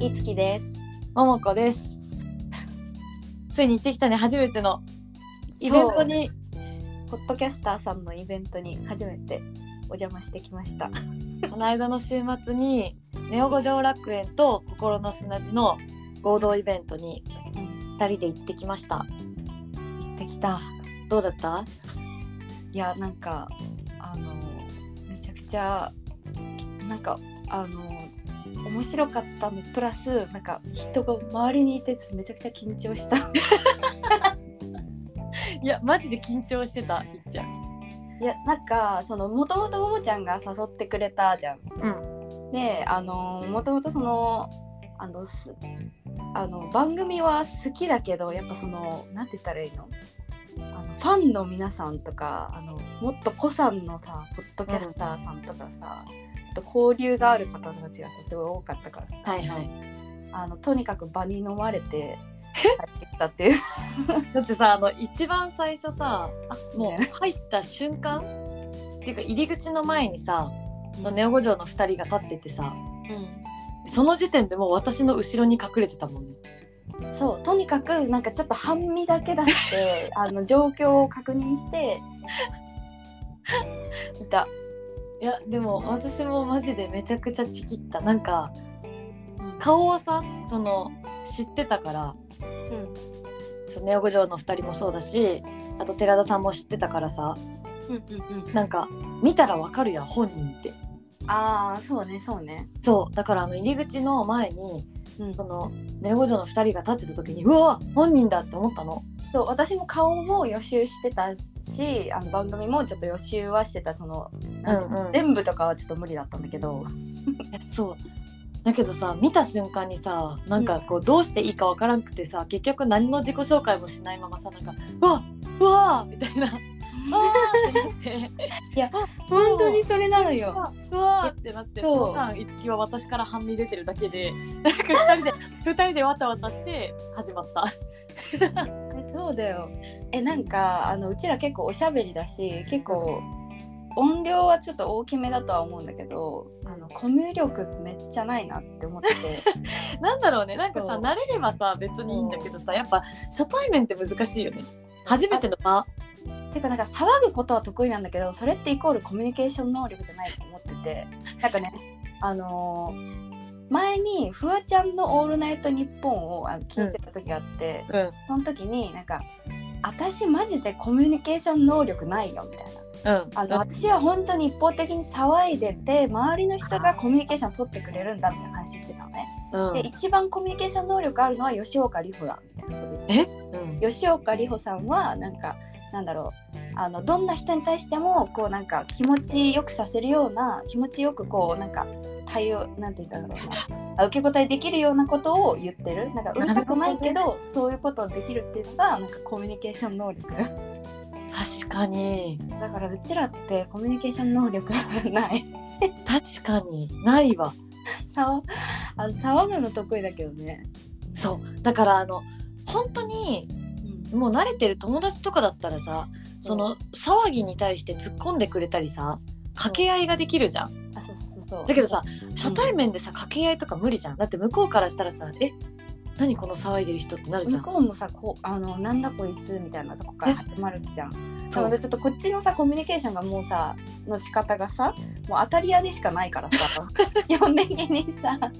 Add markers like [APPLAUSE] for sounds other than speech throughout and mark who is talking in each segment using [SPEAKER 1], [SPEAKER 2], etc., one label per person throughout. [SPEAKER 1] いつきです。
[SPEAKER 2] ももこです。ついに行ってきたね、初めてのイベントに。
[SPEAKER 1] ポッドキャスターさんのイベントに初めてお邪魔してきました。
[SPEAKER 2] この間の週末に、ネオ五条楽園と心の砂地の合同イベントに
[SPEAKER 1] うん
[SPEAKER 2] 二人で行ってきました。
[SPEAKER 1] 行ってきた。
[SPEAKER 2] どうだった
[SPEAKER 1] いやなんかあのめちゃくちゃなんかあの面白かったのプラスなんか人が周りにいてめちゃくちゃ緊張した。
[SPEAKER 2] いや、マジで緊張してた、いっちゃん。
[SPEAKER 1] いやなんかそのもともとももちゃんが誘ってくれたじゃん。であのもともとそのあのすあの番組は好きだけどやっぱそのなんて言ったらいいのあのファンの皆さんとかあのもっと子さんのさポッドキャスターさんとかさ、あと交流がある方たちがさすごい多かったからさ、
[SPEAKER 2] はいはい。
[SPEAKER 1] あのとにかく場に飲まれて帰ってきたっていう。
[SPEAKER 2] だってさ、あの、一番最初さ、あもう入った瞬間っていうか、入り口の前にさ、そのネオ五条の二人が立っててさ、その時点でもう私の後ろに隠れてたもんね。
[SPEAKER 1] そうとにかくなんかちょっと半身だけ出して [LAUGHS] あの状況を確認していた。
[SPEAKER 2] いやでも私もマジでめちゃくちゃちきったなんか顔はさその知ってたから
[SPEAKER 1] うん
[SPEAKER 2] そのネオ五条の2人もそうだしあと寺田さんも知ってたからさ
[SPEAKER 1] うんうんうん
[SPEAKER 2] なんか見たらわかるやん本人って
[SPEAKER 1] ああそうねそうね。
[SPEAKER 2] そうだからあの入り口の前に
[SPEAKER 1] うん
[SPEAKER 2] そのネオ五条の2人が立ってた時にうわ本人だって思ったの
[SPEAKER 1] そう私も顔も予習してたしあの番組もちょっと予習はしてたその、なんていうの
[SPEAKER 2] うんうん
[SPEAKER 1] 全部とかはちょっと無理だったんだけど
[SPEAKER 2] えそうだけどさ見た瞬間にさなんかこうどうしていいかわからんくてさ結局何の自己紹介もしないままさなんかうわうわみたいなあーって [LAUGHS] なって
[SPEAKER 1] いや
[SPEAKER 2] あ
[SPEAKER 1] [LAUGHS] 本当にそれなの
[SPEAKER 2] う
[SPEAKER 1] よ。
[SPEAKER 2] わうわーってなって
[SPEAKER 1] そう
[SPEAKER 2] その間いつきは私から半身出てるだけでなんか [LAUGHS] 二人で二人でわたわたして始まった
[SPEAKER 1] えそうだよえなんかあのうちら結構おしゃべりだし結構音量はちょっと大きめだとは思うんだけどあのコミュ力めっちゃないなって思って
[SPEAKER 2] [LAUGHS]
[SPEAKER 1] て
[SPEAKER 2] なんだろうねなんか
[SPEAKER 1] そ
[SPEAKER 2] さ
[SPEAKER 1] う
[SPEAKER 2] 慣れればさ別にいいんだけどさやっぱ初対面って難しいよね初めての場
[SPEAKER 1] てかなんか騒ぐことは得意なんだけどそれってイコールコミュニケーション能力じゃないと思っててなんかねあのー前にフワちゃんの「オールナイトニッポン」をあの聞いてた時があって、
[SPEAKER 2] うん
[SPEAKER 1] その時になんか「私マジでコミュニケーション能力ないよ」みたいな
[SPEAKER 2] うん
[SPEAKER 1] あの私は本当に一方的に騒いでて周りの人がコミュニケーション取ってくれるんだみたいな話してたのね。
[SPEAKER 2] うん
[SPEAKER 1] で一番コミュニケーション能力あるのは吉岡里帆だみたいなこと言って
[SPEAKER 2] うん
[SPEAKER 1] 吉岡里帆さんはなんかなんだろうあのどんな人に対してもこうなんか気持ちよくさせるような気持ちよくこうなんか対応なんて言ったんだろうなあ受け答えできるようなことを言ってるなんかうるさくないけ
[SPEAKER 2] なる
[SPEAKER 1] どそういうことできるっていうのがなんかコミュニケーション能力だ
[SPEAKER 2] 確かに
[SPEAKER 1] からうちらってコミュニケーション能力がない
[SPEAKER 2] 確かにないわ
[SPEAKER 1] 騒あの騒ぐの得意だけどね、
[SPEAKER 2] そうだからあの本当に
[SPEAKER 1] うん
[SPEAKER 2] もう慣れてる友達とかだったらさその騒ぎに対して突っ込んでくれたりさ掛け合いができるじゃん
[SPEAKER 1] あそうそうそうそう
[SPEAKER 2] だけどさ初対面でさ掛け合いとか無理じゃんだって向こうからしたらさ「え何この騒いでる人」ってなるじゃ
[SPEAKER 1] 向
[SPEAKER 2] ん
[SPEAKER 1] こうもさこうあのなんだこいつみたいなとこから始まるじゃん
[SPEAKER 2] そ
[SPEAKER 1] そううちょっとこっちのさコミュニケーションがもうさの仕方がさもう当たり屋でしかないからさ
[SPEAKER 2] [LAUGHS]
[SPEAKER 1] 基本的にさなんか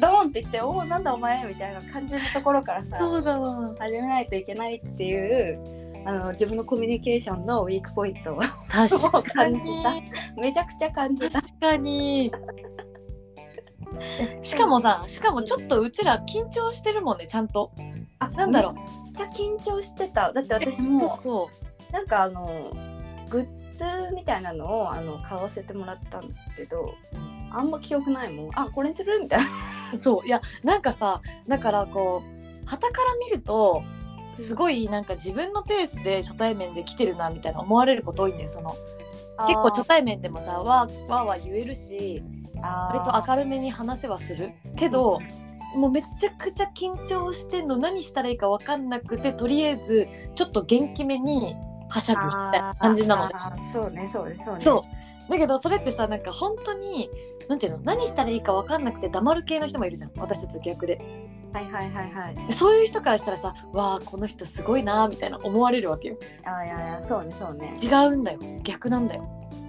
[SPEAKER 1] ドーンって言って「おおなんだお前」みたいな感じのところからさ
[SPEAKER 2] そうだわ
[SPEAKER 1] 始めないといけないっていうあの自分のコミュニケーションのウィークポイントを [LAUGHS]
[SPEAKER 2] 確か
[SPEAKER 1] 感じ
[SPEAKER 2] に
[SPEAKER 1] めちゃくちゃ感じた。
[SPEAKER 2] 確かにしかもさしかもちょっとうちら緊張してるもんねちゃんと
[SPEAKER 1] あ
[SPEAKER 2] なんだろう
[SPEAKER 1] めっちゃ緊張してただって私も
[SPEAKER 2] そう
[SPEAKER 1] なんかあのグッズみたいなのをあの買わせてもらったんですけどあんま記憶ないもんあこれにするみたいな。
[SPEAKER 2] [LAUGHS] そういやなんかさだからこう傍から見るとすごいなんか自分のペースで初対面で来てるなみたいな思われること多いんだよその結構初対面でもさわーわーわー言えるし割と明るめに話せはするけど、もうめちゃくちゃ緊張してんの何したらいいか分かんなくてとりあえずちょっと元気めにはしゃぐみたいな感じなのね
[SPEAKER 1] あーそうねそうねそうね
[SPEAKER 2] そうだけどそれってさなんか本当になんていうの何したらいいか分かんなくて黙る系の人もいるじゃん私たちと逆で
[SPEAKER 1] はいはいはいはい
[SPEAKER 2] そういう人からしたらさわあこの人すごいなーみたいな思われるわけよ
[SPEAKER 1] あいやいやそうねそうね
[SPEAKER 2] 違うんだよ逆なんだよ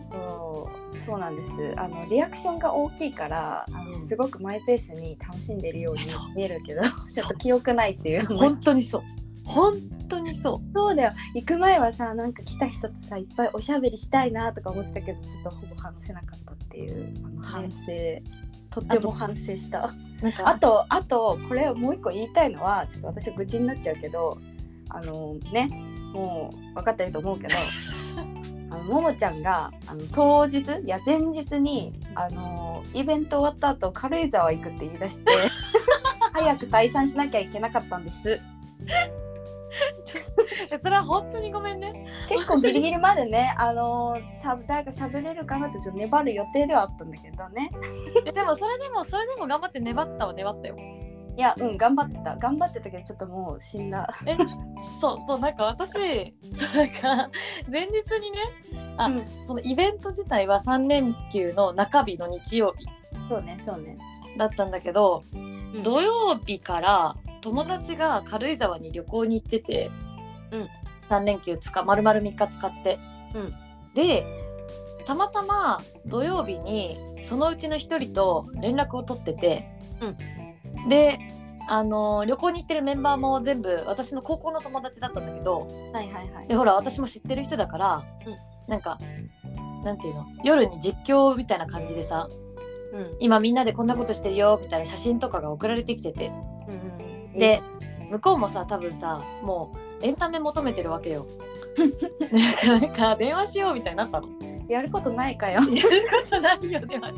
[SPEAKER 1] そうそうなんですあのリアクションが大きいからあの、
[SPEAKER 2] うん
[SPEAKER 1] すごくマイペースに楽しんでるように
[SPEAKER 2] そう
[SPEAKER 1] 見えるけどちょっと記憶ないっていう
[SPEAKER 2] 本当にそう本当にそ
[SPEAKER 1] そうだよ行く前はさなんか来た人とさいっぱいおしゃべりしたいなとか思ってたけどちょっとほぼ話せなかったっていうあの反省、とっても反省した
[SPEAKER 2] うなんか
[SPEAKER 1] あとあとこれもう一個言いたいのはちょっと私愚痴になっちゃうけどあのねもう分かってると思
[SPEAKER 2] [LAUGHS]
[SPEAKER 1] うけどあのももちゃんがあの当日いや前日にあのイベント終わった後軽井沢行くって言い出して
[SPEAKER 2] [LAUGHS]
[SPEAKER 1] 早く退散しなきゃいけなかったんです
[SPEAKER 2] えそれは本当にごめ
[SPEAKER 1] [LAUGHS]
[SPEAKER 2] んね
[SPEAKER 1] 結構ギリギリまでねあのしゃ誰か喋れるかなってちょっと粘る予定ではあったんだけどね
[SPEAKER 2] えでもそれでもそれでも頑張って粘ったは粘ったよ
[SPEAKER 1] いやうん頑張ってた頑張ってたけどちょっともう死んだ
[SPEAKER 2] そうそうなんか私そうなんか前日にねあ
[SPEAKER 1] うん
[SPEAKER 2] そのイベント自体は3連休の中日の日曜日
[SPEAKER 1] そうねそうね
[SPEAKER 2] だったんだけど
[SPEAKER 1] うん
[SPEAKER 2] 土曜日から友達が軽井沢に旅行に行ってて、
[SPEAKER 1] うん
[SPEAKER 2] 3連休つか丸々3日使って、
[SPEAKER 1] うん
[SPEAKER 2] でたまたま土曜日にそのうちの1人と連絡を取ってて、であのー旅行に行ってるメンバーも全部私の高校の友達だったんだけど
[SPEAKER 1] はいはいはい
[SPEAKER 2] でほら私も知ってる人だから、
[SPEAKER 1] うん
[SPEAKER 2] なんかなんていうの夜に実況みたいな感じでさ
[SPEAKER 1] うん
[SPEAKER 2] 今みんなでこんなことしてるよみたいな写真とかが送られてきてて。
[SPEAKER 1] うんうん
[SPEAKER 2] で向こうもさ多分さもうエンタメ求めてるわけよなんかなんか電話しようみたいになったの
[SPEAKER 1] やることないかよ。
[SPEAKER 2] やることないよねマジ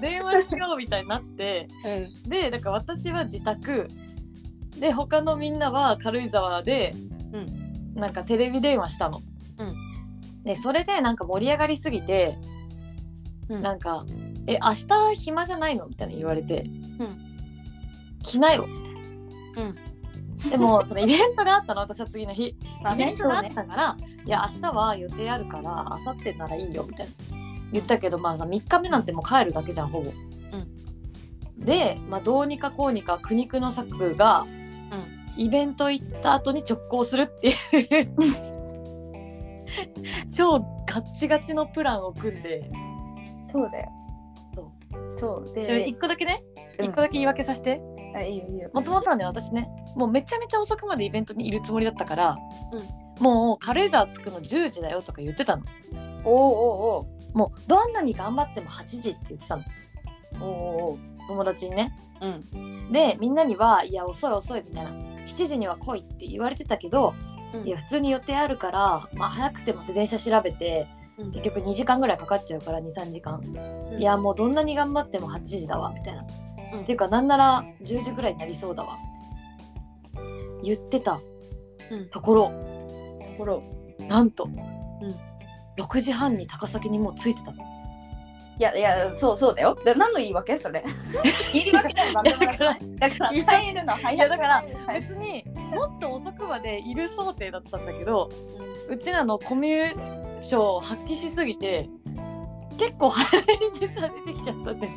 [SPEAKER 2] で電話しようみたいになって
[SPEAKER 1] うん。
[SPEAKER 2] でだから私は自宅で他のみんなは軽井沢で、
[SPEAKER 1] う
[SPEAKER 2] なんかテレビ電話したの、
[SPEAKER 1] う
[SPEAKER 2] でそれでなんか盛り上がりすぎて、
[SPEAKER 1] うん
[SPEAKER 2] なんか「え明日暇じゃないの?」みたいな言われて「
[SPEAKER 1] うん
[SPEAKER 2] 来なよ」
[SPEAKER 1] うん
[SPEAKER 2] でもそのイベントがあったの私は次の日
[SPEAKER 1] まあ
[SPEAKER 2] イベ
[SPEAKER 1] ね
[SPEAKER 2] ン、ト
[SPEAKER 1] そう
[SPEAKER 2] があっ
[SPEAKER 1] ね。
[SPEAKER 2] たから「いや明日は予定あるから明後日ならいいよ」みたいな言ったけどまあさ3日目なんてもう帰るだけじゃんほぼ。で、まあ、どうにかこうにか苦肉の策が、イベント行った後に直行する
[SPEAKER 1] [LAUGHS]
[SPEAKER 2] っていう超ガッチガチのプランを組んで
[SPEAKER 1] そうだよ。そう。そう。
[SPEAKER 2] で
[SPEAKER 1] で、
[SPEAKER 2] 1個だけね
[SPEAKER 1] うん
[SPEAKER 2] 1個だけ言い訳させて
[SPEAKER 1] あ、いいよいいよ。
[SPEAKER 2] もともとはね私ねもうめちゃめちゃ遅くまでイベントにいるつもりだったから、
[SPEAKER 1] うん
[SPEAKER 2] もう軽井沢着くの10時だよとか言ってたの。
[SPEAKER 1] おう
[SPEAKER 2] もうどんなに頑張っても8時って言ってたの
[SPEAKER 1] おうおう。おうおう。
[SPEAKER 2] 友達にね
[SPEAKER 1] うん。
[SPEAKER 2] でみんなには「いや遅い遅い」みたいな「7時には来い」って言われてたけど、
[SPEAKER 1] うん
[SPEAKER 2] いや普通に予定あるから、まあ、早くても電車調べて
[SPEAKER 1] うん
[SPEAKER 2] 結局2時間ぐらいかかっちゃうから23時間、
[SPEAKER 1] うん
[SPEAKER 2] いやもうどんなに頑張っても8時だわみたいな、
[SPEAKER 1] うん
[SPEAKER 2] っていうかなんなら10時ぐらいになりそうだわ言ってた
[SPEAKER 1] うん。と
[SPEAKER 2] ところ
[SPEAKER 1] ころ。
[SPEAKER 2] なんと、6時半に高崎にもう着いてたの
[SPEAKER 1] いやいや、そうそうだよ。で、何の言い訳そ [LAUGHS] れ。言い訳でもなんでもな
[SPEAKER 2] だ
[SPEAKER 1] い
[SPEAKER 2] から
[SPEAKER 1] [LAUGHS] だから、
[SPEAKER 2] いや
[SPEAKER 1] 帰るの早い。
[SPEAKER 2] いやだから
[SPEAKER 1] 早く
[SPEAKER 2] 別にもっと遅くまでいる想定だったんだけどうちらのコミュ障を発揮しすぎて結構早めに時間出てきちゃったんだよ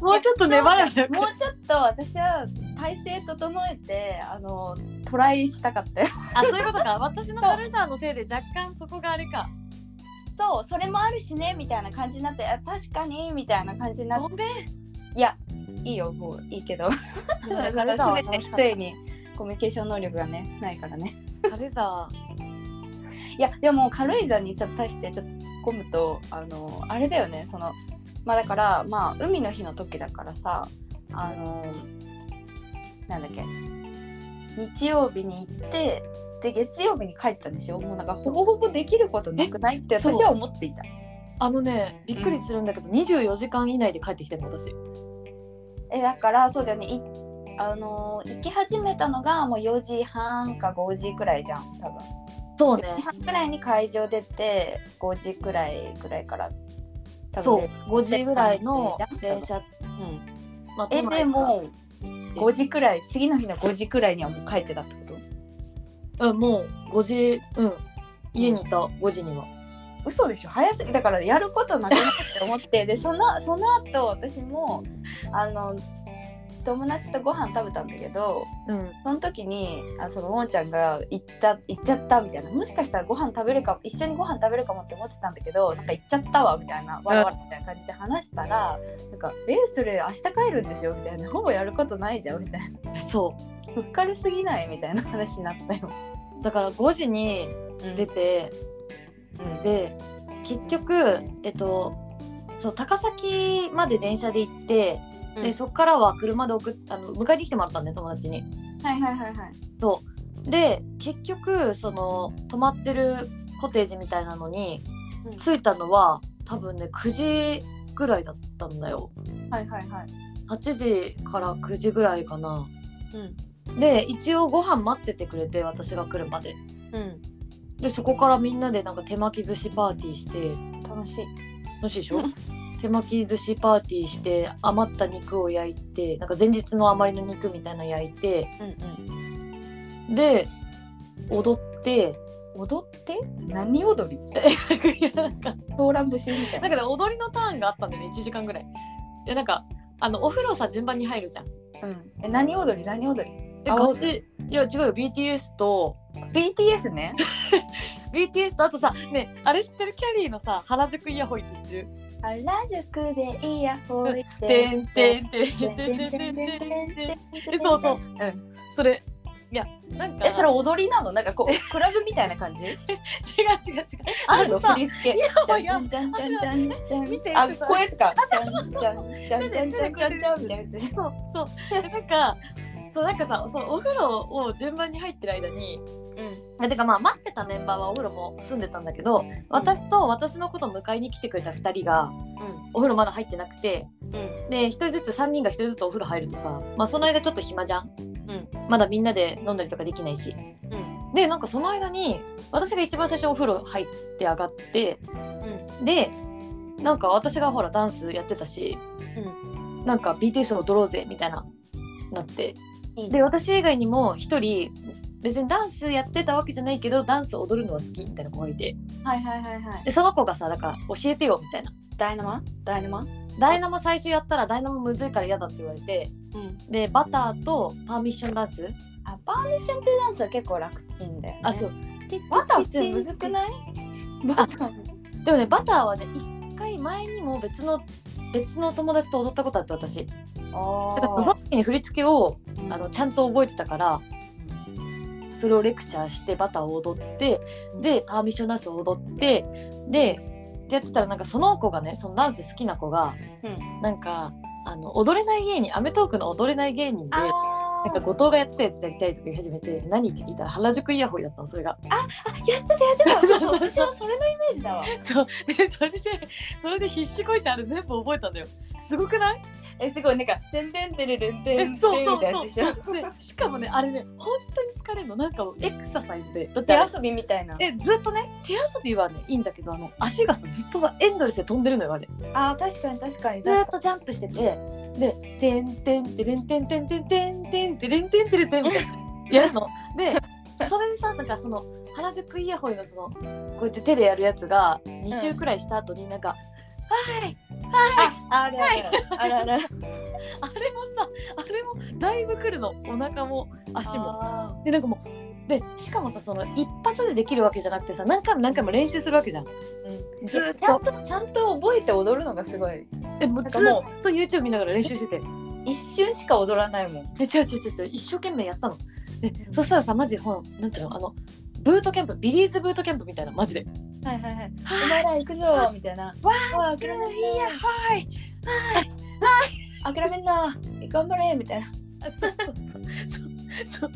[SPEAKER 2] もうちょっと粘ればよ
[SPEAKER 1] も
[SPEAKER 2] かっ
[SPEAKER 1] うちょっと私は体勢整えて、あの、トライしたかったよ。
[SPEAKER 2] [LAUGHS] たあそういうことか私の軽さのせいで若干そこがあれか
[SPEAKER 1] そう、それもあるしね、みたいな感じになって、あ確かに、みたいな感じになって
[SPEAKER 2] ごめん
[SPEAKER 1] いや、いいよ、もういいけど。だから全て一重にコミュニケーション能力がね、ないからね。
[SPEAKER 2] 軽さ
[SPEAKER 1] いや、でも軽井沢にちょっと対してちょっと突っ込むと、あの、あれだよね、その、まあだから、まあ海の日の時だからさ、あの、なんだっけ、日曜日に行って、で、月曜日に帰ったんでしょもうなんかほぼほぼできることなくないって
[SPEAKER 2] そう
[SPEAKER 1] 私は思っていた。
[SPEAKER 2] あのねびっくりするんだけど、24時間以内で帰ってきてるの私
[SPEAKER 1] えだからそうだよねいあのー行き始めたのがもう4時半か5時くらいじゃん多分
[SPEAKER 2] そう
[SPEAKER 1] 4時半くらいに会場出て5時くらいくらいから多
[SPEAKER 2] そう
[SPEAKER 1] ね
[SPEAKER 2] 5時ぐらいの電車、
[SPEAKER 1] うん、
[SPEAKER 2] まあ
[SPEAKER 1] えでも
[SPEAKER 2] え
[SPEAKER 1] 5時くらい次の日の5時くらいにはもう帰ってたってこと
[SPEAKER 2] うん、もう5時、うん、家にいた5時には。
[SPEAKER 1] 嘘でしょ早すぎだからやることなくなって思ってでそのその後私もあの友達とご飯食べたんだけど
[SPEAKER 2] うん
[SPEAKER 1] その時にあそのもんちゃんが行った行っちゃったみたいなもしかしたらご飯食べるかも一緒にご飯食べるかもって思ってたんだけどなんか行っちゃったわみたいなわらわらみたいな感じで話したらなんか「えそれ明日帰るんでしょ?」みたいな「ほぼやることないじゃん」みたいな
[SPEAKER 2] そ
[SPEAKER 1] 「ふっかるすぎない」みたいな話になったよ。
[SPEAKER 2] うだから5時に出て、
[SPEAKER 1] うん
[SPEAKER 2] で結局えっとそう高崎まで電車で行って、
[SPEAKER 1] うん
[SPEAKER 2] でそこからは車で送っあの迎えに来てもらったんで友達に。
[SPEAKER 1] はいはいはいはい。
[SPEAKER 2] そうで結局その泊まってるコテージみたいなのに
[SPEAKER 1] うん
[SPEAKER 2] 着いたのは多分ね9時ぐらいだったんだよ
[SPEAKER 1] はいはいはい。
[SPEAKER 2] 8時から9時ぐらいかな
[SPEAKER 1] うん。
[SPEAKER 2] で一応ご飯待っててくれて私が来るまで
[SPEAKER 1] う
[SPEAKER 2] でそこからみんなでなんか手巻き寿司パーティーして
[SPEAKER 1] ん。楽しい。
[SPEAKER 2] 楽しいでし
[SPEAKER 1] う
[SPEAKER 2] ょ
[SPEAKER 1] ん
[SPEAKER 2] 手巻き寿司パーティーして余った肉を焼いてなんか前日の余りの肉みたいなの焼いて
[SPEAKER 1] うんうん。
[SPEAKER 2] で踊って
[SPEAKER 1] 踊って何踊り [LAUGHS]
[SPEAKER 2] なんか
[SPEAKER 1] トーラン節みたい
[SPEAKER 2] だ
[SPEAKER 1] な。
[SPEAKER 2] けど踊りのターンがあったんだよね1時間ぐらい。でなんかあのお風呂さ順番に入るじゃん。
[SPEAKER 1] うん。え、何踊り何踊り
[SPEAKER 2] え
[SPEAKER 1] あ
[SPEAKER 2] ガチいや違うよ BTS と
[SPEAKER 1] ?BTS ね。
[SPEAKER 2] BTS とあとさねあれ知ってるキャリーのさ原宿イヤホイって知ってる
[SPEAKER 1] 原宿でイヤホイ
[SPEAKER 2] 「てんてんてんてんてんてんてんてんてん」えそうそう。
[SPEAKER 1] ん。
[SPEAKER 2] それいやなんか
[SPEAKER 1] え、それ踊りなのなんかこう、クラブみたいな感じ
[SPEAKER 2] 違う違う違う
[SPEAKER 1] あるの
[SPEAKER 2] さ
[SPEAKER 1] 振り付け。じゃんじゃんじゃんじゃんじゃん
[SPEAKER 2] 見
[SPEAKER 1] じ
[SPEAKER 2] て
[SPEAKER 1] ゃん。あ、
[SPEAKER 2] ちょっと
[SPEAKER 1] こういうやつか。じゃんじゃんじゃんじゃんじゃんじゃんじゃんみたいなやつ。
[SPEAKER 2] そうそうでなんかそうなんかさそうお風呂を順番に入ってる間に
[SPEAKER 1] うん。
[SPEAKER 2] いやてかまあ待ってたメンバーはお風呂も住んでたんだけど私と私のこと迎えに来てくれた2人がお風呂まだ入ってなくて
[SPEAKER 1] うん。
[SPEAKER 2] で1人ずつ3人が1人ずつお風呂入るとさ、まあ、その間ちょっと暇じゃん、
[SPEAKER 1] うん
[SPEAKER 2] まだみんなで飲んだりとかできないし、
[SPEAKER 1] う
[SPEAKER 2] でなんかその間に私が一番最初お風呂入って上がって
[SPEAKER 1] うん。
[SPEAKER 2] でなんか私がほらダンスやってたし、なんか BTS を踊ろうぜみたいななって
[SPEAKER 1] うん。いいね
[SPEAKER 2] で私以外にも1人別にダンスやってたわけじゃないけどダンス踊るのは好きみたいな子がいて
[SPEAKER 1] はいはいはいはい。
[SPEAKER 2] でその子がさだから教えてよみたいな
[SPEAKER 1] ダイナマダイナマ
[SPEAKER 2] ダイナマ最初やったらダイナマむずいから嫌だって言われて
[SPEAKER 1] うん。
[SPEAKER 2] でバターとパーミッションダンス
[SPEAKER 1] あパーミッションっていうダンスは結構楽ちんだよ、ね。
[SPEAKER 2] あそう
[SPEAKER 1] バター普通むずくない？バター。
[SPEAKER 2] でもねバターはね一回前にも別の別の友達と踊ったことあって私だからその
[SPEAKER 1] あ
[SPEAKER 2] 時に振り付けを
[SPEAKER 1] ー
[SPEAKER 2] あのちゃんと覚えてたからそれをレクチャーしてバターを踊ってでパーミッションダンスを踊ってででやってたらなんかその子がねそのダンス好きな子が、
[SPEAKER 1] う
[SPEAKER 2] なんかあの踊れない芸人アメトーークの踊れない芸人で。
[SPEAKER 1] あ
[SPEAKER 2] なんか後藤がやってたやつやりたいとか言い始めて何って聞いたら原宿イヤホイだったのそれが
[SPEAKER 1] ーやってたやって [LAUGHS] た。そうそう私もそれのイメージだわ。
[SPEAKER 2] そうでそれでそれで必死こいてあれ全部覚えたんだよすごくない
[SPEAKER 1] えすごいなんかてんてんてれれんてん
[SPEAKER 2] え
[SPEAKER 1] てん
[SPEAKER 2] そ
[SPEAKER 1] み
[SPEAKER 2] うそう
[SPEAKER 1] たいな
[SPEAKER 2] そ
[SPEAKER 1] やつで
[SPEAKER 2] う
[SPEAKER 1] しょ。
[SPEAKER 2] そうでしかもねあれね本当に疲れるのなんかもうエクササイズでだって
[SPEAKER 1] 手
[SPEAKER 2] あれ
[SPEAKER 1] 遊びみたいな。
[SPEAKER 2] えずっとね手遊びはねいいんだけどあの足がさずっとさエンドレスで飛んでるのよあれ
[SPEAKER 1] あー確かに確かに
[SPEAKER 2] ずっ
[SPEAKER 1] 確か
[SPEAKER 2] とジャンプしててで「てんてんてれんてんてんてんてんてんてれんてんてれんてん」みたいなやるのでそれでさなんかその原宿イヤホイのそのこうやって手でやるやつが2周くらいした後になんか「はい
[SPEAKER 1] に。ああるあるあるあ [LAUGHS] るある。
[SPEAKER 2] あれもさあれもだいぶくるのお腹も足も。
[SPEAKER 1] も。
[SPEAKER 2] でなんかもうでしかもさその一発でできるわけじゃなくてさ何回も何回も練習するわけじゃん。
[SPEAKER 1] うん
[SPEAKER 2] ずっ
[SPEAKER 1] ちゃん
[SPEAKER 2] と
[SPEAKER 1] とちゃんと覚えて踊るのがすごい。
[SPEAKER 2] えも
[SPEAKER 1] な
[SPEAKER 2] う
[SPEAKER 1] ん
[SPEAKER 2] ず
[SPEAKER 1] かもう
[SPEAKER 2] っと YouTube 見ながら練習してて
[SPEAKER 1] 一瞬しか踊らないもん。
[SPEAKER 2] え違う違う違う違う一生懸命やったの。でそしたらさマジほらなんていうのあのブートキャンプビリーズブートキャンプみたいなマジで。
[SPEAKER 1] はいはいはい。
[SPEAKER 2] は
[SPEAKER 1] お前ら行くぞみたいな。わあ
[SPEAKER 2] いやはい。
[SPEAKER 1] 諦めんな頑張れみたいな
[SPEAKER 2] あそうそうそうそう。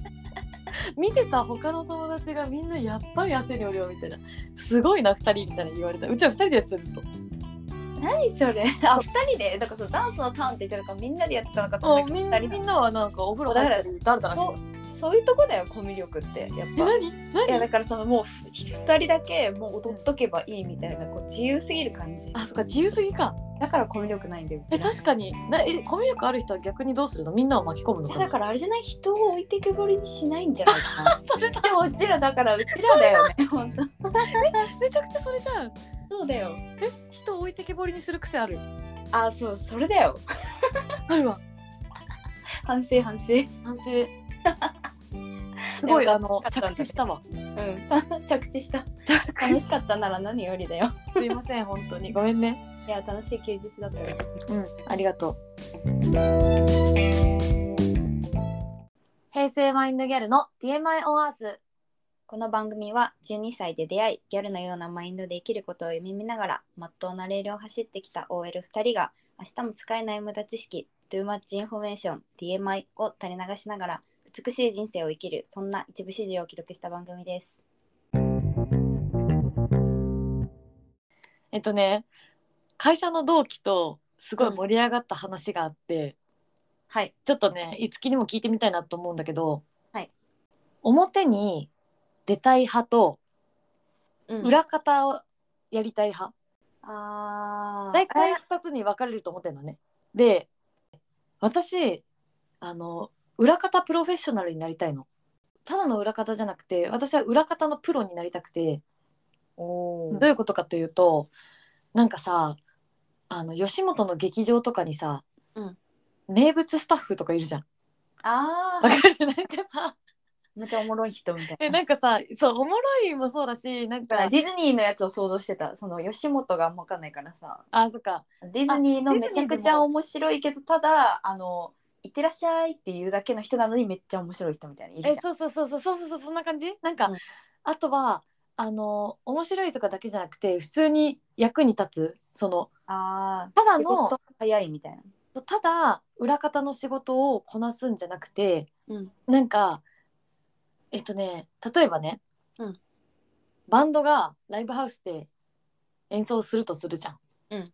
[SPEAKER 2] 見てた他の友達がみんなやっぱり汗の量みたいなすごいな2人みたいな言われたうちは2人でやってたずっと
[SPEAKER 1] 何それあ二人でだからそのダンスのターンって言ってたのかみんなでやってたのかと
[SPEAKER 2] あ
[SPEAKER 1] 思った
[SPEAKER 2] み
[SPEAKER 1] けど
[SPEAKER 2] んな
[SPEAKER 1] 二人の
[SPEAKER 2] みんなはなんかお風呂入ったりだらだらして
[SPEAKER 1] そういうとこだよコミュ力ってやっ
[SPEAKER 2] え
[SPEAKER 1] ぱ。
[SPEAKER 2] 何
[SPEAKER 1] いや
[SPEAKER 2] 何
[SPEAKER 1] だからそのもうふ2人だけもう踊っとけばいいみたいなこう自由すぎる感じ
[SPEAKER 2] あそっか自由すぎか
[SPEAKER 1] だからコミュ力ないんだようち
[SPEAKER 2] え
[SPEAKER 1] ら
[SPEAKER 2] 確かになえコミュ力ある人は逆にどうするのみんなを巻き込むの
[SPEAKER 1] い
[SPEAKER 2] か
[SPEAKER 1] や
[SPEAKER 2] な
[SPEAKER 1] だからあれじゃない人を置いてけぼりにしないんじゃないか [LAUGHS] な
[SPEAKER 2] それだ
[SPEAKER 1] でもうちらだからうちらだよ [LAUGHS] ね本当
[SPEAKER 2] めちゃくちゃそれじゃん
[SPEAKER 1] そうだよ
[SPEAKER 2] 人を置いてけぼりにする癖ある
[SPEAKER 1] あそうそれだよ
[SPEAKER 2] あるわ
[SPEAKER 1] 反省反省
[SPEAKER 2] 反省 [LAUGHS] すごい
[SPEAKER 1] でも
[SPEAKER 2] あの
[SPEAKER 1] かったんだ
[SPEAKER 2] 着地した [LAUGHS] わ
[SPEAKER 1] うん [LAUGHS] 着地した
[SPEAKER 2] 着
[SPEAKER 1] 楽しかったなら何よりだよ
[SPEAKER 2] すいません本当にごめんね
[SPEAKER 1] いや楽しい休日だったよ
[SPEAKER 2] うん、ありがとう。平成マインドギャルの TMI オンアース。
[SPEAKER 1] この番組は12歳で出会いギャルのようなマインドで生きることを夢見ながらまっとうなレールを走ってきた OL2 人が明日も使えない無駄知識 Too Much Information TMI を垂れ流しながら美しい人生を生きるそんな一部始終を記録した番組です。
[SPEAKER 2] えっとね、会社の同期とすごい盛り上がった話があって、
[SPEAKER 1] はい。
[SPEAKER 2] ちょっとね、いつきにも聞いてみたいなと思うんだけど、
[SPEAKER 1] はい
[SPEAKER 2] 表に出たい派と
[SPEAKER 1] うん
[SPEAKER 2] 裏方をやりたい派、
[SPEAKER 1] あー
[SPEAKER 2] 大体2つに分かれると思ってるのね。で、私、あの、裏方プロフェッショナルになりたいの。ただの裏方じゃなくて、私は裏方のプロになりたくて、
[SPEAKER 1] おー
[SPEAKER 2] どういうことかというとなんかさあの吉本の劇場とかにさ、
[SPEAKER 1] うん
[SPEAKER 2] 名物スタッフとかいるじゃん。
[SPEAKER 1] あ
[SPEAKER 2] わ
[SPEAKER 1] ー
[SPEAKER 2] かるなんかさ
[SPEAKER 1] めっちゃおもろい人みたい
[SPEAKER 2] え
[SPEAKER 1] な。
[SPEAKER 2] なんかさそうおもろいもそうだしなん
[SPEAKER 1] だから
[SPEAKER 2] か
[SPEAKER 1] ディズニーのやつを想像してたその吉本があんま分かんないからさ
[SPEAKER 2] あそっか
[SPEAKER 1] ディズニーの
[SPEAKER 2] あ
[SPEAKER 1] めちゃくちゃ面白いけどただあの「いってらっしゃい」っていうだけの人なのにめっちゃ面白い人みたいないるじゃ
[SPEAKER 2] え
[SPEAKER 1] ん。
[SPEAKER 2] そうそうそうそうそうそうそうそんな感じなんか、
[SPEAKER 1] うん
[SPEAKER 2] あとはあの面白いとかだけじゃなくて普通に役に立つその
[SPEAKER 1] あー
[SPEAKER 2] ただの
[SPEAKER 1] 仕事早いみたいな。
[SPEAKER 2] そうただ裏方の仕事をこなすんじゃなくて、
[SPEAKER 1] うん
[SPEAKER 2] なんかえっとね例えばね、
[SPEAKER 1] うん
[SPEAKER 2] バンドがライブハウスで演奏するとするじゃん。
[SPEAKER 1] うん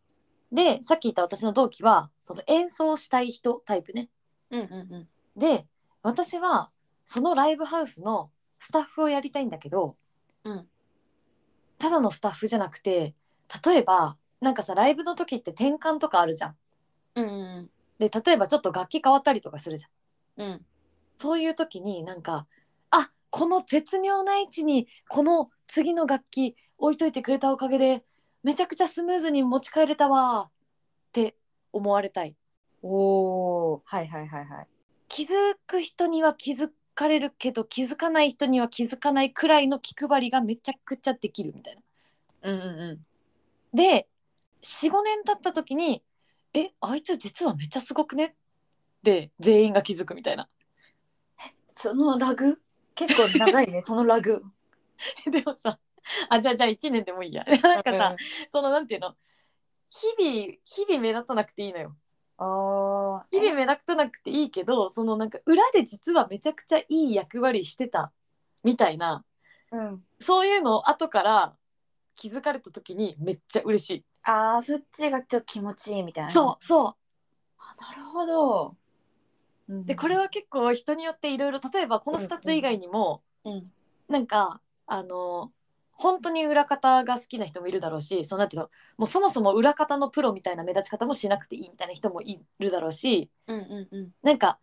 [SPEAKER 2] でさっき言った私の同期はその演奏したい人タイプね。
[SPEAKER 1] うんうんうん。
[SPEAKER 2] で私はそのライブハウスのスタッフをやりたいんだけど、
[SPEAKER 1] うん
[SPEAKER 2] ただのスタッフじゃなくて例えばなんかさライブの時って転換とかあるじゃん。
[SPEAKER 1] うんうん
[SPEAKER 2] で例えばちょっと楽器変わったりとかするじゃん。
[SPEAKER 1] うん。
[SPEAKER 2] そういう時になんかあこの絶妙な位置にこの次の楽器置いといてくれたおかげでめちゃくちゃスムーズに持ち帰れたわーって思われたい
[SPEAKER 1] おおはいはいはいはい。
[SPEAKER 2] 気づく人には気づかれるけど気づかない人には気づかないくらいの気配りがめちゃくちゃできるみたいな。
[SPEAKER 1] うんうんうん。
[SPEAKER 2] で45年経った時に「えあいつ実はめっちゃすごくね」って全員が気づくみたいな。 [LAUGHS]
[SPEAKER 1] そのラグ結構長 [LAUGHS] いねそのラグ。
[SPEAKER 2] でもさあじゃあじゃあ1年でもいいや。 [LAUGHS] なんかさ、そのなんていうの日々日々目立たなくていいのよ
[SPEAKER 1] うん、ああ。
[SPEAKER 2] 日々目立たなくていいけどそのなんか裏で実はめちゃくちゃいい役割してたみたいな
[SPEAKER 1] うん。
[SPEAKER 2] そういうのを後から気づかれた時にめっちゃ嬉しい、
[SPEAKER 1] ああそっちがちょっと気持ちいいみたいな。
[SPEAKER 2] そうそう
[SPEAKER 1] う。なるほど。うん
[SPEAKER 2] でこれは結構人によっていろいろ例えばこの2つ以外にも、
[SPEAKER 1] うん
[SPEAKER 2] なんかあの本当に裏方が好きな人もいるだろうしそのなんていうのもうそもそも裏方のプロみたいな目立ち方もしなくていいみたいな人もいるだろうし、
[SPEAKER 1] うんうんうん。
[SPEAKER 2] なんか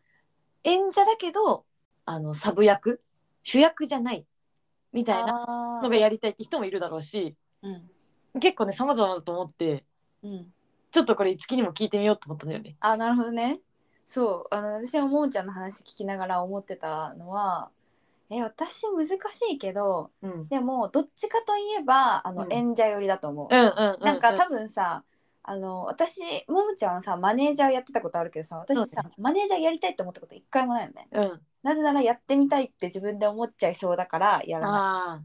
[SPEAKER 2] 演者だけどあのサブ役主役じゃないみたいな
[SPEAKER 1] あ
[SPEAKER 2] のがやりたいって人もいるだろうし
[SPEAKER 1] ーうん
[SPEAKER 2] 結構ね様々だと思って
[SPEAKER 1] うん。
[SPEAKER 2] ちょっとこれ月にも聞いてみようと思ったんだよね。
[SPEAKER 1] あなるほどねそうあの私はももちゃんの話聞きながら思ってたのはえ私難しいけど
[SPEAKER 2] うん、うん
[SPEAKER 1] でもどっちかといえばあの、
[SPEAKER 2] うん
[SPEAKER 1] 演者寄りだと思う、
[SPEAKER 2] うんうん
[SPEAKER 1] なんか多分さあの私ももちゃんはさマネージャーやってたことあるけどさ私
[SPEAKER 2] そう
[SPEAKER 1] さ
[SPEAKER 2] だね
[SPEAKER 1] マネージャーやりたいって思ったこと一回もないよね
[SPEAKER 2] うん
[SPEAKER 1] なぜならやってみたいって自分で思っちゃいそうだからやらない
[SPEAKER 2] あ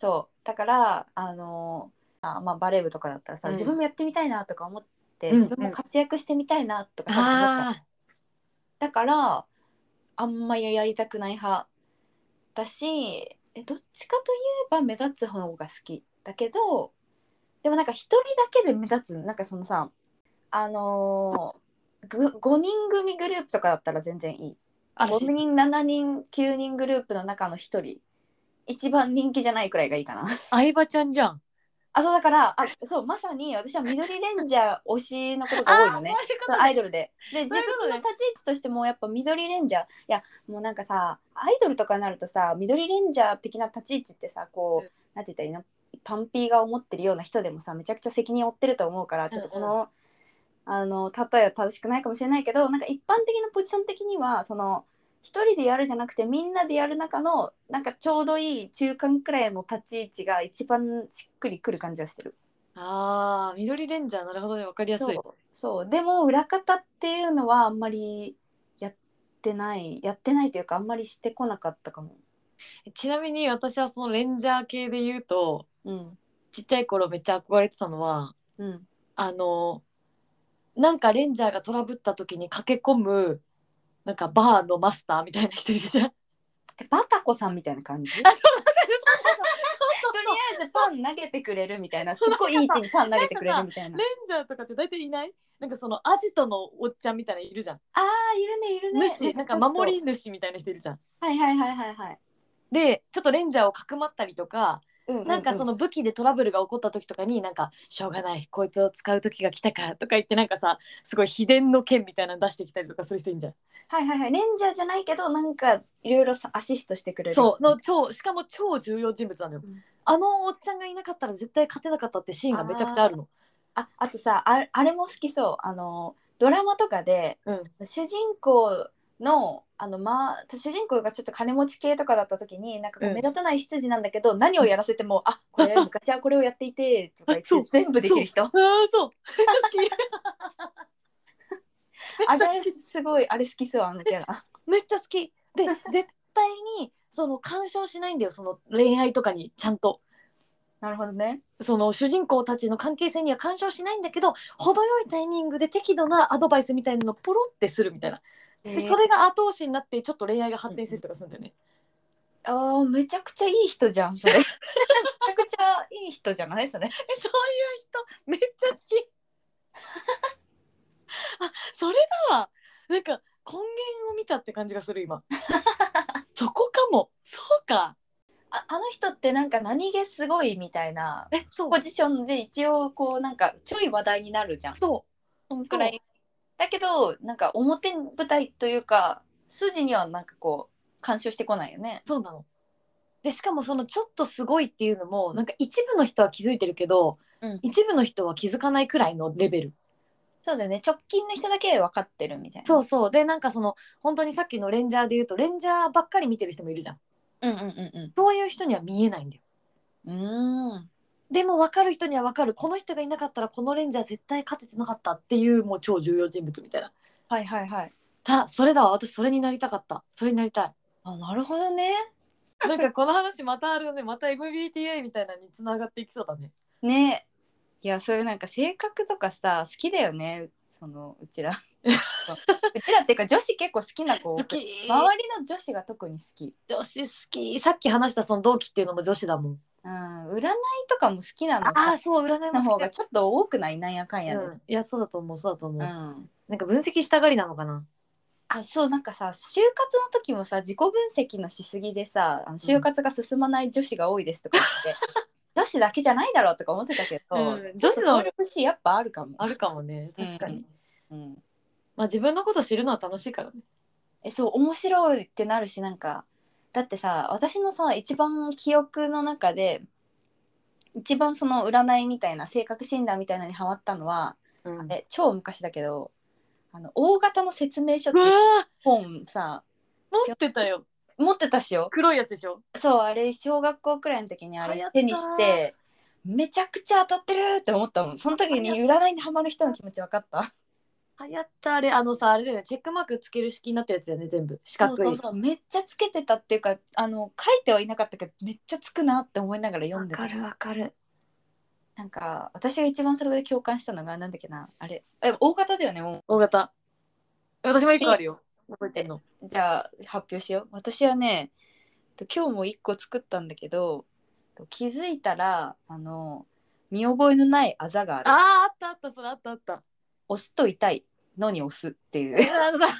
[SPEAKER 1] そうだからあのあ、まあ、バレー部とかだったらさ、
[SPEAKER 2] うん
[SPEAKER 1] 自分もやってみたいなとか思って、
[SPEAKER 2] うんうん
[SPEAKER 1] 自分も活躍してみたいなと
[SPEAKER 2] ー
[SPEAKER 1] か多分思った
[SPEAKER 2] あ
[SPEAKER 1] だからあんまりやりたくない派だしえどっちかといえば目立つ方が好きだけどでもなんか一人だけで目立つなんかそのさあのー、ぐ5人組グループとかだったら全然いい
[SPEAKER 2] 嵐
[SPEAKER 1] 5人7人9人グループの中の1人一番人気じゃないくらいがいいかな
[SPEAKER 2] 相葉ちゃんじゃん
[SPEAKER 1] あそうだからあそうまさに私は緑レンジャー推しのことが多いのねそうアイドルで。で自
[SPEAKER 2] そういうこと
[SPEAKER 1] 分の
[SPEAKER 2] ね
[SPEAKER 1] 立ち位置としてもやっぱ緑レンジャーいやもうなんかさアイドルとかになるとさ緑レンジャー的な立ち位置ってさこう、
[SPEAKER 2] うん
[SPEAKER 1] なんて言ったらいいのパンピーが思ってるような人でもさめちゃくちゃ責任を負ってると思うからちょっとこの。あの例えは正しくないかもしれないけどなんか一般的なポジション的にはその一人でやるじゃなくてみんなでやる中のなんかちょうどいい中間くらいの立ち位置が一番しっくりくる感じはしてる。
[SPEAKER 2] あー緑レンジャーなるほどねわかりやす
[SPEAKER 1] そう
[SPEAKER 2] い
[SPEAKER 1] そうでも裏方っていうのはあんまりやってないやってないというかあんまりしてこなかったかも。
[SPEAKER 2] ちなみに私はそのレンジャー系で言うと
[SPEAKER 1] うん
[SPEAKER 2] ちっちゃい頃めっちゃ憧れてたのは
[SPEAKER 1] うん、
[SPEAKER 2] あのなんかレンジャーがトラブった時に駆け込むなんかバーのマスターみたいな人いる
[SPEAKER 1] [LAUGHS]
[SPEAKER 2] じゃん。
[SPEAKER 1] えバタコさんみたいな感じとり
[SPEAKER 2] あそう
[SPEAKER 1] [LAUGHS] あえずパン投げてくれるみたいなすっごいいい位置にパン投げてくれるみたいな
[SPEAKER 2] レンジャーとかって大体いないなんかそのアジトのおっちゃんみたいないるじゃん。
[SPEAKER 1] あーいるねいるね
[SPEAKER 2] 主なんか守り主みたいな人いるじゃん。
[SPEAKER 1] はいはいはいはいはい、
[SPEAKER 2] でちょっとレンジャーをかくまったりとか
[SPEAKER 1] ううう
[SPEAKER 2] なんかその武器でトラブルが起こった時とかになんか「しょうがないこいつを使う時が来たか」とか言ってなんかさすごい秘伝の剣みたいなの出してきたりとかする人いるんじゃん。
[SPEAKER 1] はいはいはいレンジャーじゃないけどなんかいろいろさアシストしてくれる
[SPEAKER 2] そうの超しかも超重要人物なのよ、
[SPEAKER 1] うん
[SPEAKER 2] あのおっちゃんがいなかったら絶対勝てなかったってシーンがめちゃくちゃあるの
[SPEAKER 1] ああとさああれも好きそうあのドラマとかで、
[SPEAKER 2] う
[SPEAKER 1] 主人公のあの、まあ、主人公がちょっと金持ち系とかだった時になんかこう
[SPEAKER 2] うん
[SPEAKER 1] 目立たない執事なんだけど、何をやらせても「あこ
[SPEAKER 2] [LAUGHS]
[SPEAKER 1] れ昔はこれをやっていて」とか言
[SPEAKER 2] そ
[SPEAKER 1] っ
[SPEAKER 2] う
[SPEAKER 1] て全部できる人
[SPEAKER 2] ああそうめっちゃ好きめっち
[SPEAKER 1] あ
[SPEAKER 2] ゃ好
[SPEAKER 1] れすごいあれ好きそうあのキャラ
[SPEAKER 2] きめっちゃ好きで絶対にその干渉しないんだよその恋愛とかにちゃんと
[SPEAKER 1] なるほどね
[SPEAKER 2] その主人公たちの関係性には干渉しないんだけど程よいタイミングで適度なアドバイスみたいなのをポロってするみたいなで
[SPEAKER 1] えー
[SPEAKER 2] それが後押しになってちょっと恋愛が発展するとかするんだよね、
[SPEAKER 1] あーめちゃくちゃいい人じゃんそれめちゃくちゃいい人じゃないそれ
[SPEAKER 2] えそういう人めっちゃ好き [LAUGHS] あそれだわなんか根源を見たって感じがする [LAUGHS] 今そこかもそうか
[SPEAKER 1] ああの人ってなんか何気すごいみたいな
[SPEAKER 2] えそ
[SPEAKER 1] ポジションで一応こうなんかちょい話題になるじゃん
[SPEAKER 2] そ
[SPEAKER 1] そんくらいだけどなんか表舞台というか筋にはなんかこう干渉してこないよね
[SPEAKER 2] うそうなのでしかもそのちょっとすごいっていうのもなんか一部の人は気づいてるけど、
[SPEAKER 1] うん
[SPEAKER 2] 一部の人は気づかないくらいのレベル
[SPEAKER 1] そうだよね直近の人だけ分かってるみたいな
[SPEAKER 2] そうそうでなんかその本当にさっきのレンジャーで言うとレンジャーばっかり見てる人もいるじゃん
[SPEAKER 1] うんうんうん
[SPEAKER 2] そういう人には見えないんだよ
[SPEAKER 1] うんうーん
[SPEAKER 2] でも分かる人には分かるこの人がいなかったらこのレンジャー絶対勝ててなかったっていうもう超重要人物みたいな
[SPEAKER 1] はいはいはい
[SPEAKER 2] たそれだわ私それになりたかったそれになりた
[SPEAKER 1] あなるほどね
[SPEAKER 2] いなんかこの話またあるのねまた MBTA みたいなのにつながっていきそうだね
[SPEAKER 1] ねいやそういうなんか性格とかさ好きだよねそのう [LAUGHS] ちらうちらっていうか女子結構好きな子
[SPEAKER 2] 好
[SPEAKER 1] [LAUGHS] 周
[SPEAKER 2] き
[SPEAKER 1] りの女子が特に好き
[SPEAKER 2] 女子好きさっき話したその同期っていうのも女子だもん
[SPEAKER 1] うん占いとかも好きなの
[SPEAKER 2] ああそう占い
[SPEAKER 1] の
[SPEAKER 2] も
[SPEAKER 1] 方
[SPEAKER 2] 好きだ
[SPEAKER 1] がちょっと多くないなんやかんやで、
[SPEAKER 2] うん、いやそうだと思うそうだと思う、
[SPEAKER 1] うん
[SPEAKER 2] なんか分析したがりなのかな
[SPEAKER 1] あそうなんかさ就活の時もさ自己分析のしすぎでさあの就活が進まない女子が多いですとか言って、
[SPEAKER 2] [LAUGHS]
[SPEAKER 1] 女子だけじゃないだろうとか思ってたけど、
[SPEAKER 2] うん
[SPEAKER 1] ちょっと
[SPEAKER 2] 女子の
[SPEAKER 1] そういう節やっぱあるかも。
[SPEAKER 2] あるかもね確かに、
[SPEAKER 1] うんうん、
[SPEAKER 2] まあ自分のこと知るのは楽しいからね
[SPEAKER 1] えそう面白いってなるしなんかだってさ私のさ一番記憶の中で一番その占いみたいな性格診断みたいなのにハマったのは、
[SPEAKER 2] うん
[SPEAKER 1] え超昔だけどあの大型の説明書って
[SPEAKER 2] うわー
[SPEAKER 1] 本さ
[SPEAKER 2] 持ってたよ
[SPEAKER 1] 持ってたっしよ。
[SPEAKER 2] 黒いやつでしょ
[SPEAKER 1] そうあれ小学校くらいの時にあ
[SPEAKER 2] 流
[SPEAKER 1] れ
[SPEAKER 2] 行った
[SPEAKER 1] 手にしてめちゃくちゃ当たってるって思ったもんその時に占いにハマる人の気持ち分かった
[SPEAKER 2] 流行ったあれあのさあれだよねチェックマークつける式になったやつだよね全部四角い
[SPEAKER 1] そうそうそうめっちゃつけてたっていうかあの書いてはいなかったけどめっちゃつくなって思いながら読んでた
[SPEAKER 2] るわかる
[SPEAKER 1] なんか私が一番それで共感したのがなんだっけなあれえ大型だよねも
[SPEAKER 2] 大型私も一個あるよ覚えてんの
[SPEAKER 1] うじゃあ発表しよう私はねと今日も1個作ったんだけどと気づいたらあの見覚えのないあざがある
[SPEAKER 2] あーあったあったそれあったあった [LAUGHS]
[SPEAKER 1] 押すと痛いのに押すっていう [LAUGHS]
[SPEAKER 2] さささ三段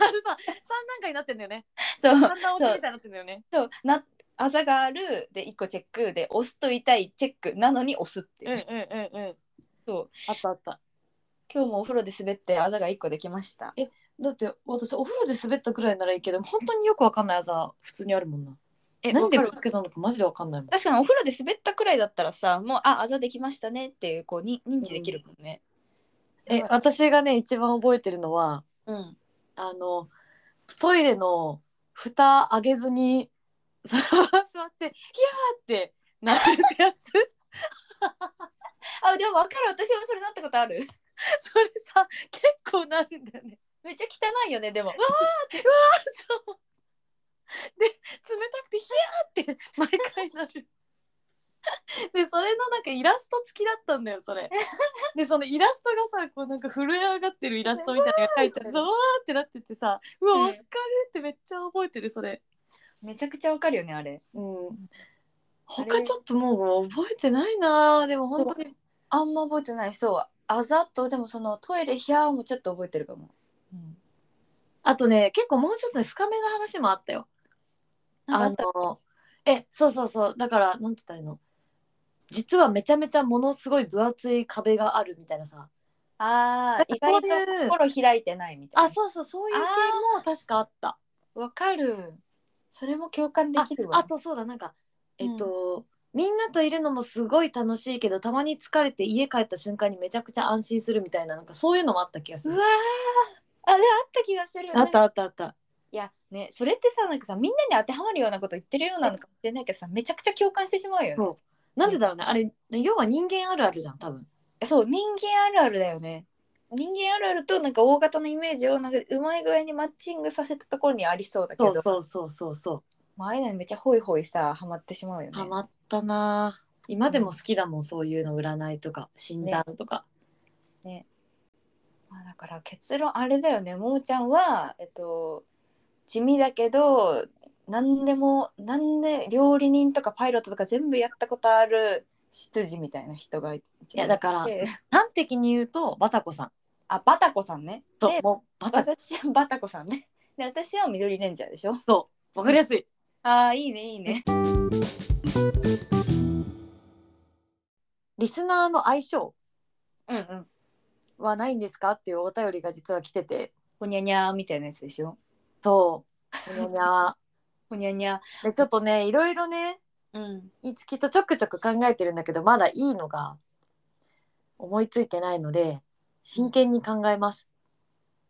[SPEAKER 2] 階になってんだよね。
[SPEAKER 1] そう
[SPEAKER 2] 三段落
[SPEAKER 1] そ
[SPEAKER 2] ち
[SPEAKER 1] う
[SPEAKER 2] みたいになってんだよね。
[SPEAKER 1] そうなあざがあるで1個チェックで押すと痛いチェックなのに押すって
[SPEAKER 2] うん
[SPEAKER 1] いう、
[SPEAKER 2] うんうんうん。
[SPEAKER 1] そう
[SPEAKER 2] あったあった。
[SPEAKER 1] 今日もお風呂で滑ってあざが1個できました
[SPEAKER 2] だって私お風呂で滑ったくらいならいいけど本当によくわかんないあざ普通にあるもんな。
[SPEAKER 1] え
[SPEAKER 2] なんで
[SPEAKER 1] わ
[SPEAKER 2] ぶ
[SPEAKER 1] かる
[SPEAKER 2] つけたのかマジでわかんないもん。
[SPEAKER 1] 確かにお風呂で滑ったくらいだったらさもうああざできましたねっていうこうに認知できるもんね
[SPEAKER 2] え私がね一番覚えてるのは
[SPEAKER 1] うん
[SPEAKER 2] あのトイレの蓋上げずに [LAUGHS] そのまま座って「いや!」ってなってるやつ [LAUGHS]
[SPEAKER 1] あでも分かる私もそれなったことある
[SPEAKER 2] それさ結構なるんだよね。
[SPEAKER 1] めっちゃ汚いよねでも
[SPEAKER 2] そうで冷たくて「ひや!」って毎回なる。 [LAUGHS] でそれのなんかイラスト付きだったんだよそれ。でそのイラストがさこうなんか震え上がってるイラストみたいなのが書いてある
[SPEAKER 1] うわー
[SPEAKER 2] そうわーってなっててさ「うわ
[SPEAKER 1] うん
[SPEAKER 2] わかる!」ってめっちゃ覚えてるそれ。
[SPEAKER 1] めちゃくちゃ分かるよねあれ
[SPEAKER 2] うん、他ちょっともう覚えてないなでも本当に、
[SPEAKER 1] あんま覚えてないそうあざとでもそのトイレヒャーもちょっと覚えてるかも、うん、
[SPEAKER 2] あとね結構もうちょっとね深めの話もあったよ
[SPEAKER 1] な
[SPEAKER 2] あ
[SPEAKER 1] んかあっ
[SPEAKER 2] のえそうそうそうだからなんて言ったらいいの実はめちゃめちゃものすごい分厚い壁があるみたいなさ
[SPEAKER 1] たあー意
[SPEAKER 2] なん
[SPEAKER 1] 外
[SPEAKER 2] かこ
[SPEAKER 1] と
[SPEAKER 2] ういう
[SPEAKER 1] 心開いてないみたいな
[SPEAKER 2] あそうそうそういう系も確かあった
[SPEAKER 1] わかる。それも共感で
[SPEAKER 2] あ
[SPEAKER 1] きるわ。
[SPEAKER 2] あとそうだなんかえっと、みんなといるのもすごい楽しいけどたまに疲れて家帰った瞬間にめちゃくちゃ安心するみたいななんかそういうのもあった気がす
[SPEAKER 1] うわ
[SPEAKER 2] る
[SPEAKER 1] ーあ、でもあった気がする。
[SPEAKER 2] あったあったあった
[SPEAKER 1] いや、ね、それってさ、なんかさ、みんなに当てはまるようなこと言ってるようなのかもしれないけどさ、めちゃくちゃ共感してしまうよね。
[SPEAKER 2] そうなんでだろうねあれ要は人間あるあるじゃん多分
[SPEAKER 1] えそう、人間あるあるだよね。人間あるあるとなんか大型のイメージをなんかうまい具合にマッチングさせたところにありそうだけ
[SPEAKER 2] そ
[SPEAKER 1] ど、
[SPEAKER 2] うそうそうそうそ
[SPEAKER 1] まあああいうのにめっちゃホイホイさ、ハマってしまうよね。
[SPEAKER 2] うハマったなぁ今でも好きだもん、そういうの占いとか診断とか、
[SPEAKER 1] まあ、だから結論あれだよねももちゃんは、えっと、地味だけど何でも何で料理人とかパイロットとか全部やったことある執事みたいな人がい
[SPEAKER 2] やだから
[SPEAKER 1] で
[SPEAKER 2] 端的に言うとバタコさん
[SPEAKER 1] あバタコさんね
[SPEAKER 2] と
[SPEAKER 1] で
[SPEAKER 2] もうバタコ
[SPEAKER 1] 私はバタコさんねで私は緑レンジャーでしょ
[SPEAKER 2] とわかりやすい
[SPEAKER 1] あーいいねいいね
[SPEAKER 2] リスナーの相性
[SPEAKER 1] うんうん
[SPEAKER 2] はないんですかっていうお便りが実は来てて
[SPEAKER 1] ほにゃにゃーみたいなやつでしょ
[SPEAKER 2] そうほにゃにゃ
[SPEAKER 1] ほにゃにゃ
[SPEAKER 2] ーでちょっとねいろいろね
[SPEAKER 1] うん
[SPEAKER 2] いつきとちょくちょく考えてるんだけどまだいいのが思いついてないので真剣に考えます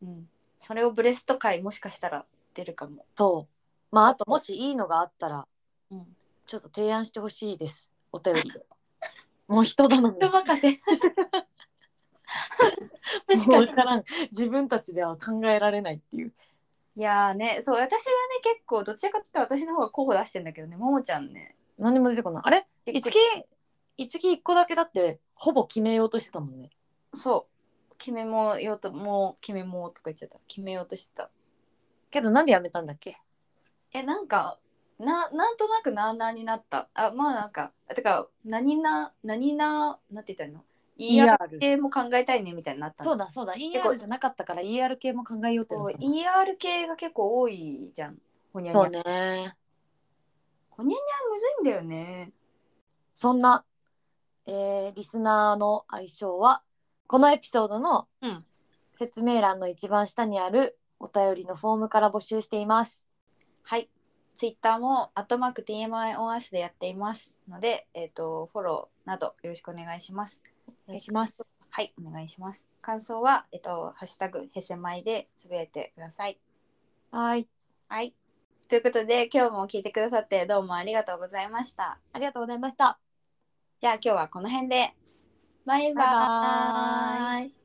[SPEAKER 1] うんそれをブレスト界もしかしたら出るかも
[SPEAKER 2] そうまああともしいいのがあったら
[SPEAKER 1] うん
[SPEAKER 2] ちょっと提案してほしいです。お便 [LAUGHS] りで。もう人頼み。
[SPEAKER 1] 人任せ確
[SPEAKER 2] も
[SPEAKER 1] か
[SPEAKER 2] う
[SPEAKER 1] に
[SPEAKER 2] わからん。自分たちでは考えられないっていう。
[SPEAKER 1] いやーね、そう、私はね、結構、どちらかというと私の方が候補出してんだけどね、ももちゃんね。
[SPEAKER 2] 何も出てこない。あれ
[SPEAKER 1] しっくり
[SPEAKER 2] いつき、いつき一個だけだって、ほぼ決めようとしてたもんね。
[SPEAKER 1] そう。決めもようと、もう決めもうとか言っちゃった。決めようとしてた。
[SPEAKER 2] けどなんでやめたんだっけ
[SPEAKER 1] え、なんか、な、なんとなくなあなあになった。あ、まあなんか、あてか、何な、何な、なんて言ったらいいの ?ER 系も考えたいね、みたいになった
[SPEAKER 2] そう
[SPEAKER 1] だ。
[SPEAKER 2] だそうだ。
[SPEAKER 1] 構
[SPEAKER 2] ER じゃなかったから ER 系も考えようって
[SPEAKER 1] そ
[SPEAKER 2] な
[SPEAKER 1] う
[SPEAKER 2] ったの
[SPEAKER 1] ER 系が結構多いじゃん。ほにゃにゃ。
[SPEAKER 2] そうね。
[SPEAKER 1] ほにゃにゃむずいんだよね。
[SPEAKER 2] そんな、えーリスナーの相性は、このエピソードの
[SPEAKER 1] うん
[SPEAKER 2] 説明欄の一番下にあるお便りのフォームから募集しています。
[SPEAKER 1] はい。ツイッターも、アットマーク TMI オンアースでやっていますので、えっ、と、フォローなどよろしくお願いします。
[SPEAKER 2] お願いします。
[SPEAKER 1] はい、お願いします。感想は、えっ、と、ハッシュタグ、へせまいでつぶやいてください。
[SPEAKER 2] はい。
[SPEAKER 1] はい。ということで、今日も聞いてくださってどうもありがとうございました。
[SPEAKER 2] ありがとうございました。
[SPEAKER 1] じゃあ今日はこの辺で。バイバ
[SPEAKER 2] バイバ
[SPEAKER 1] ー
[SPEAKER 2] ー
[SPEAKER 1] イ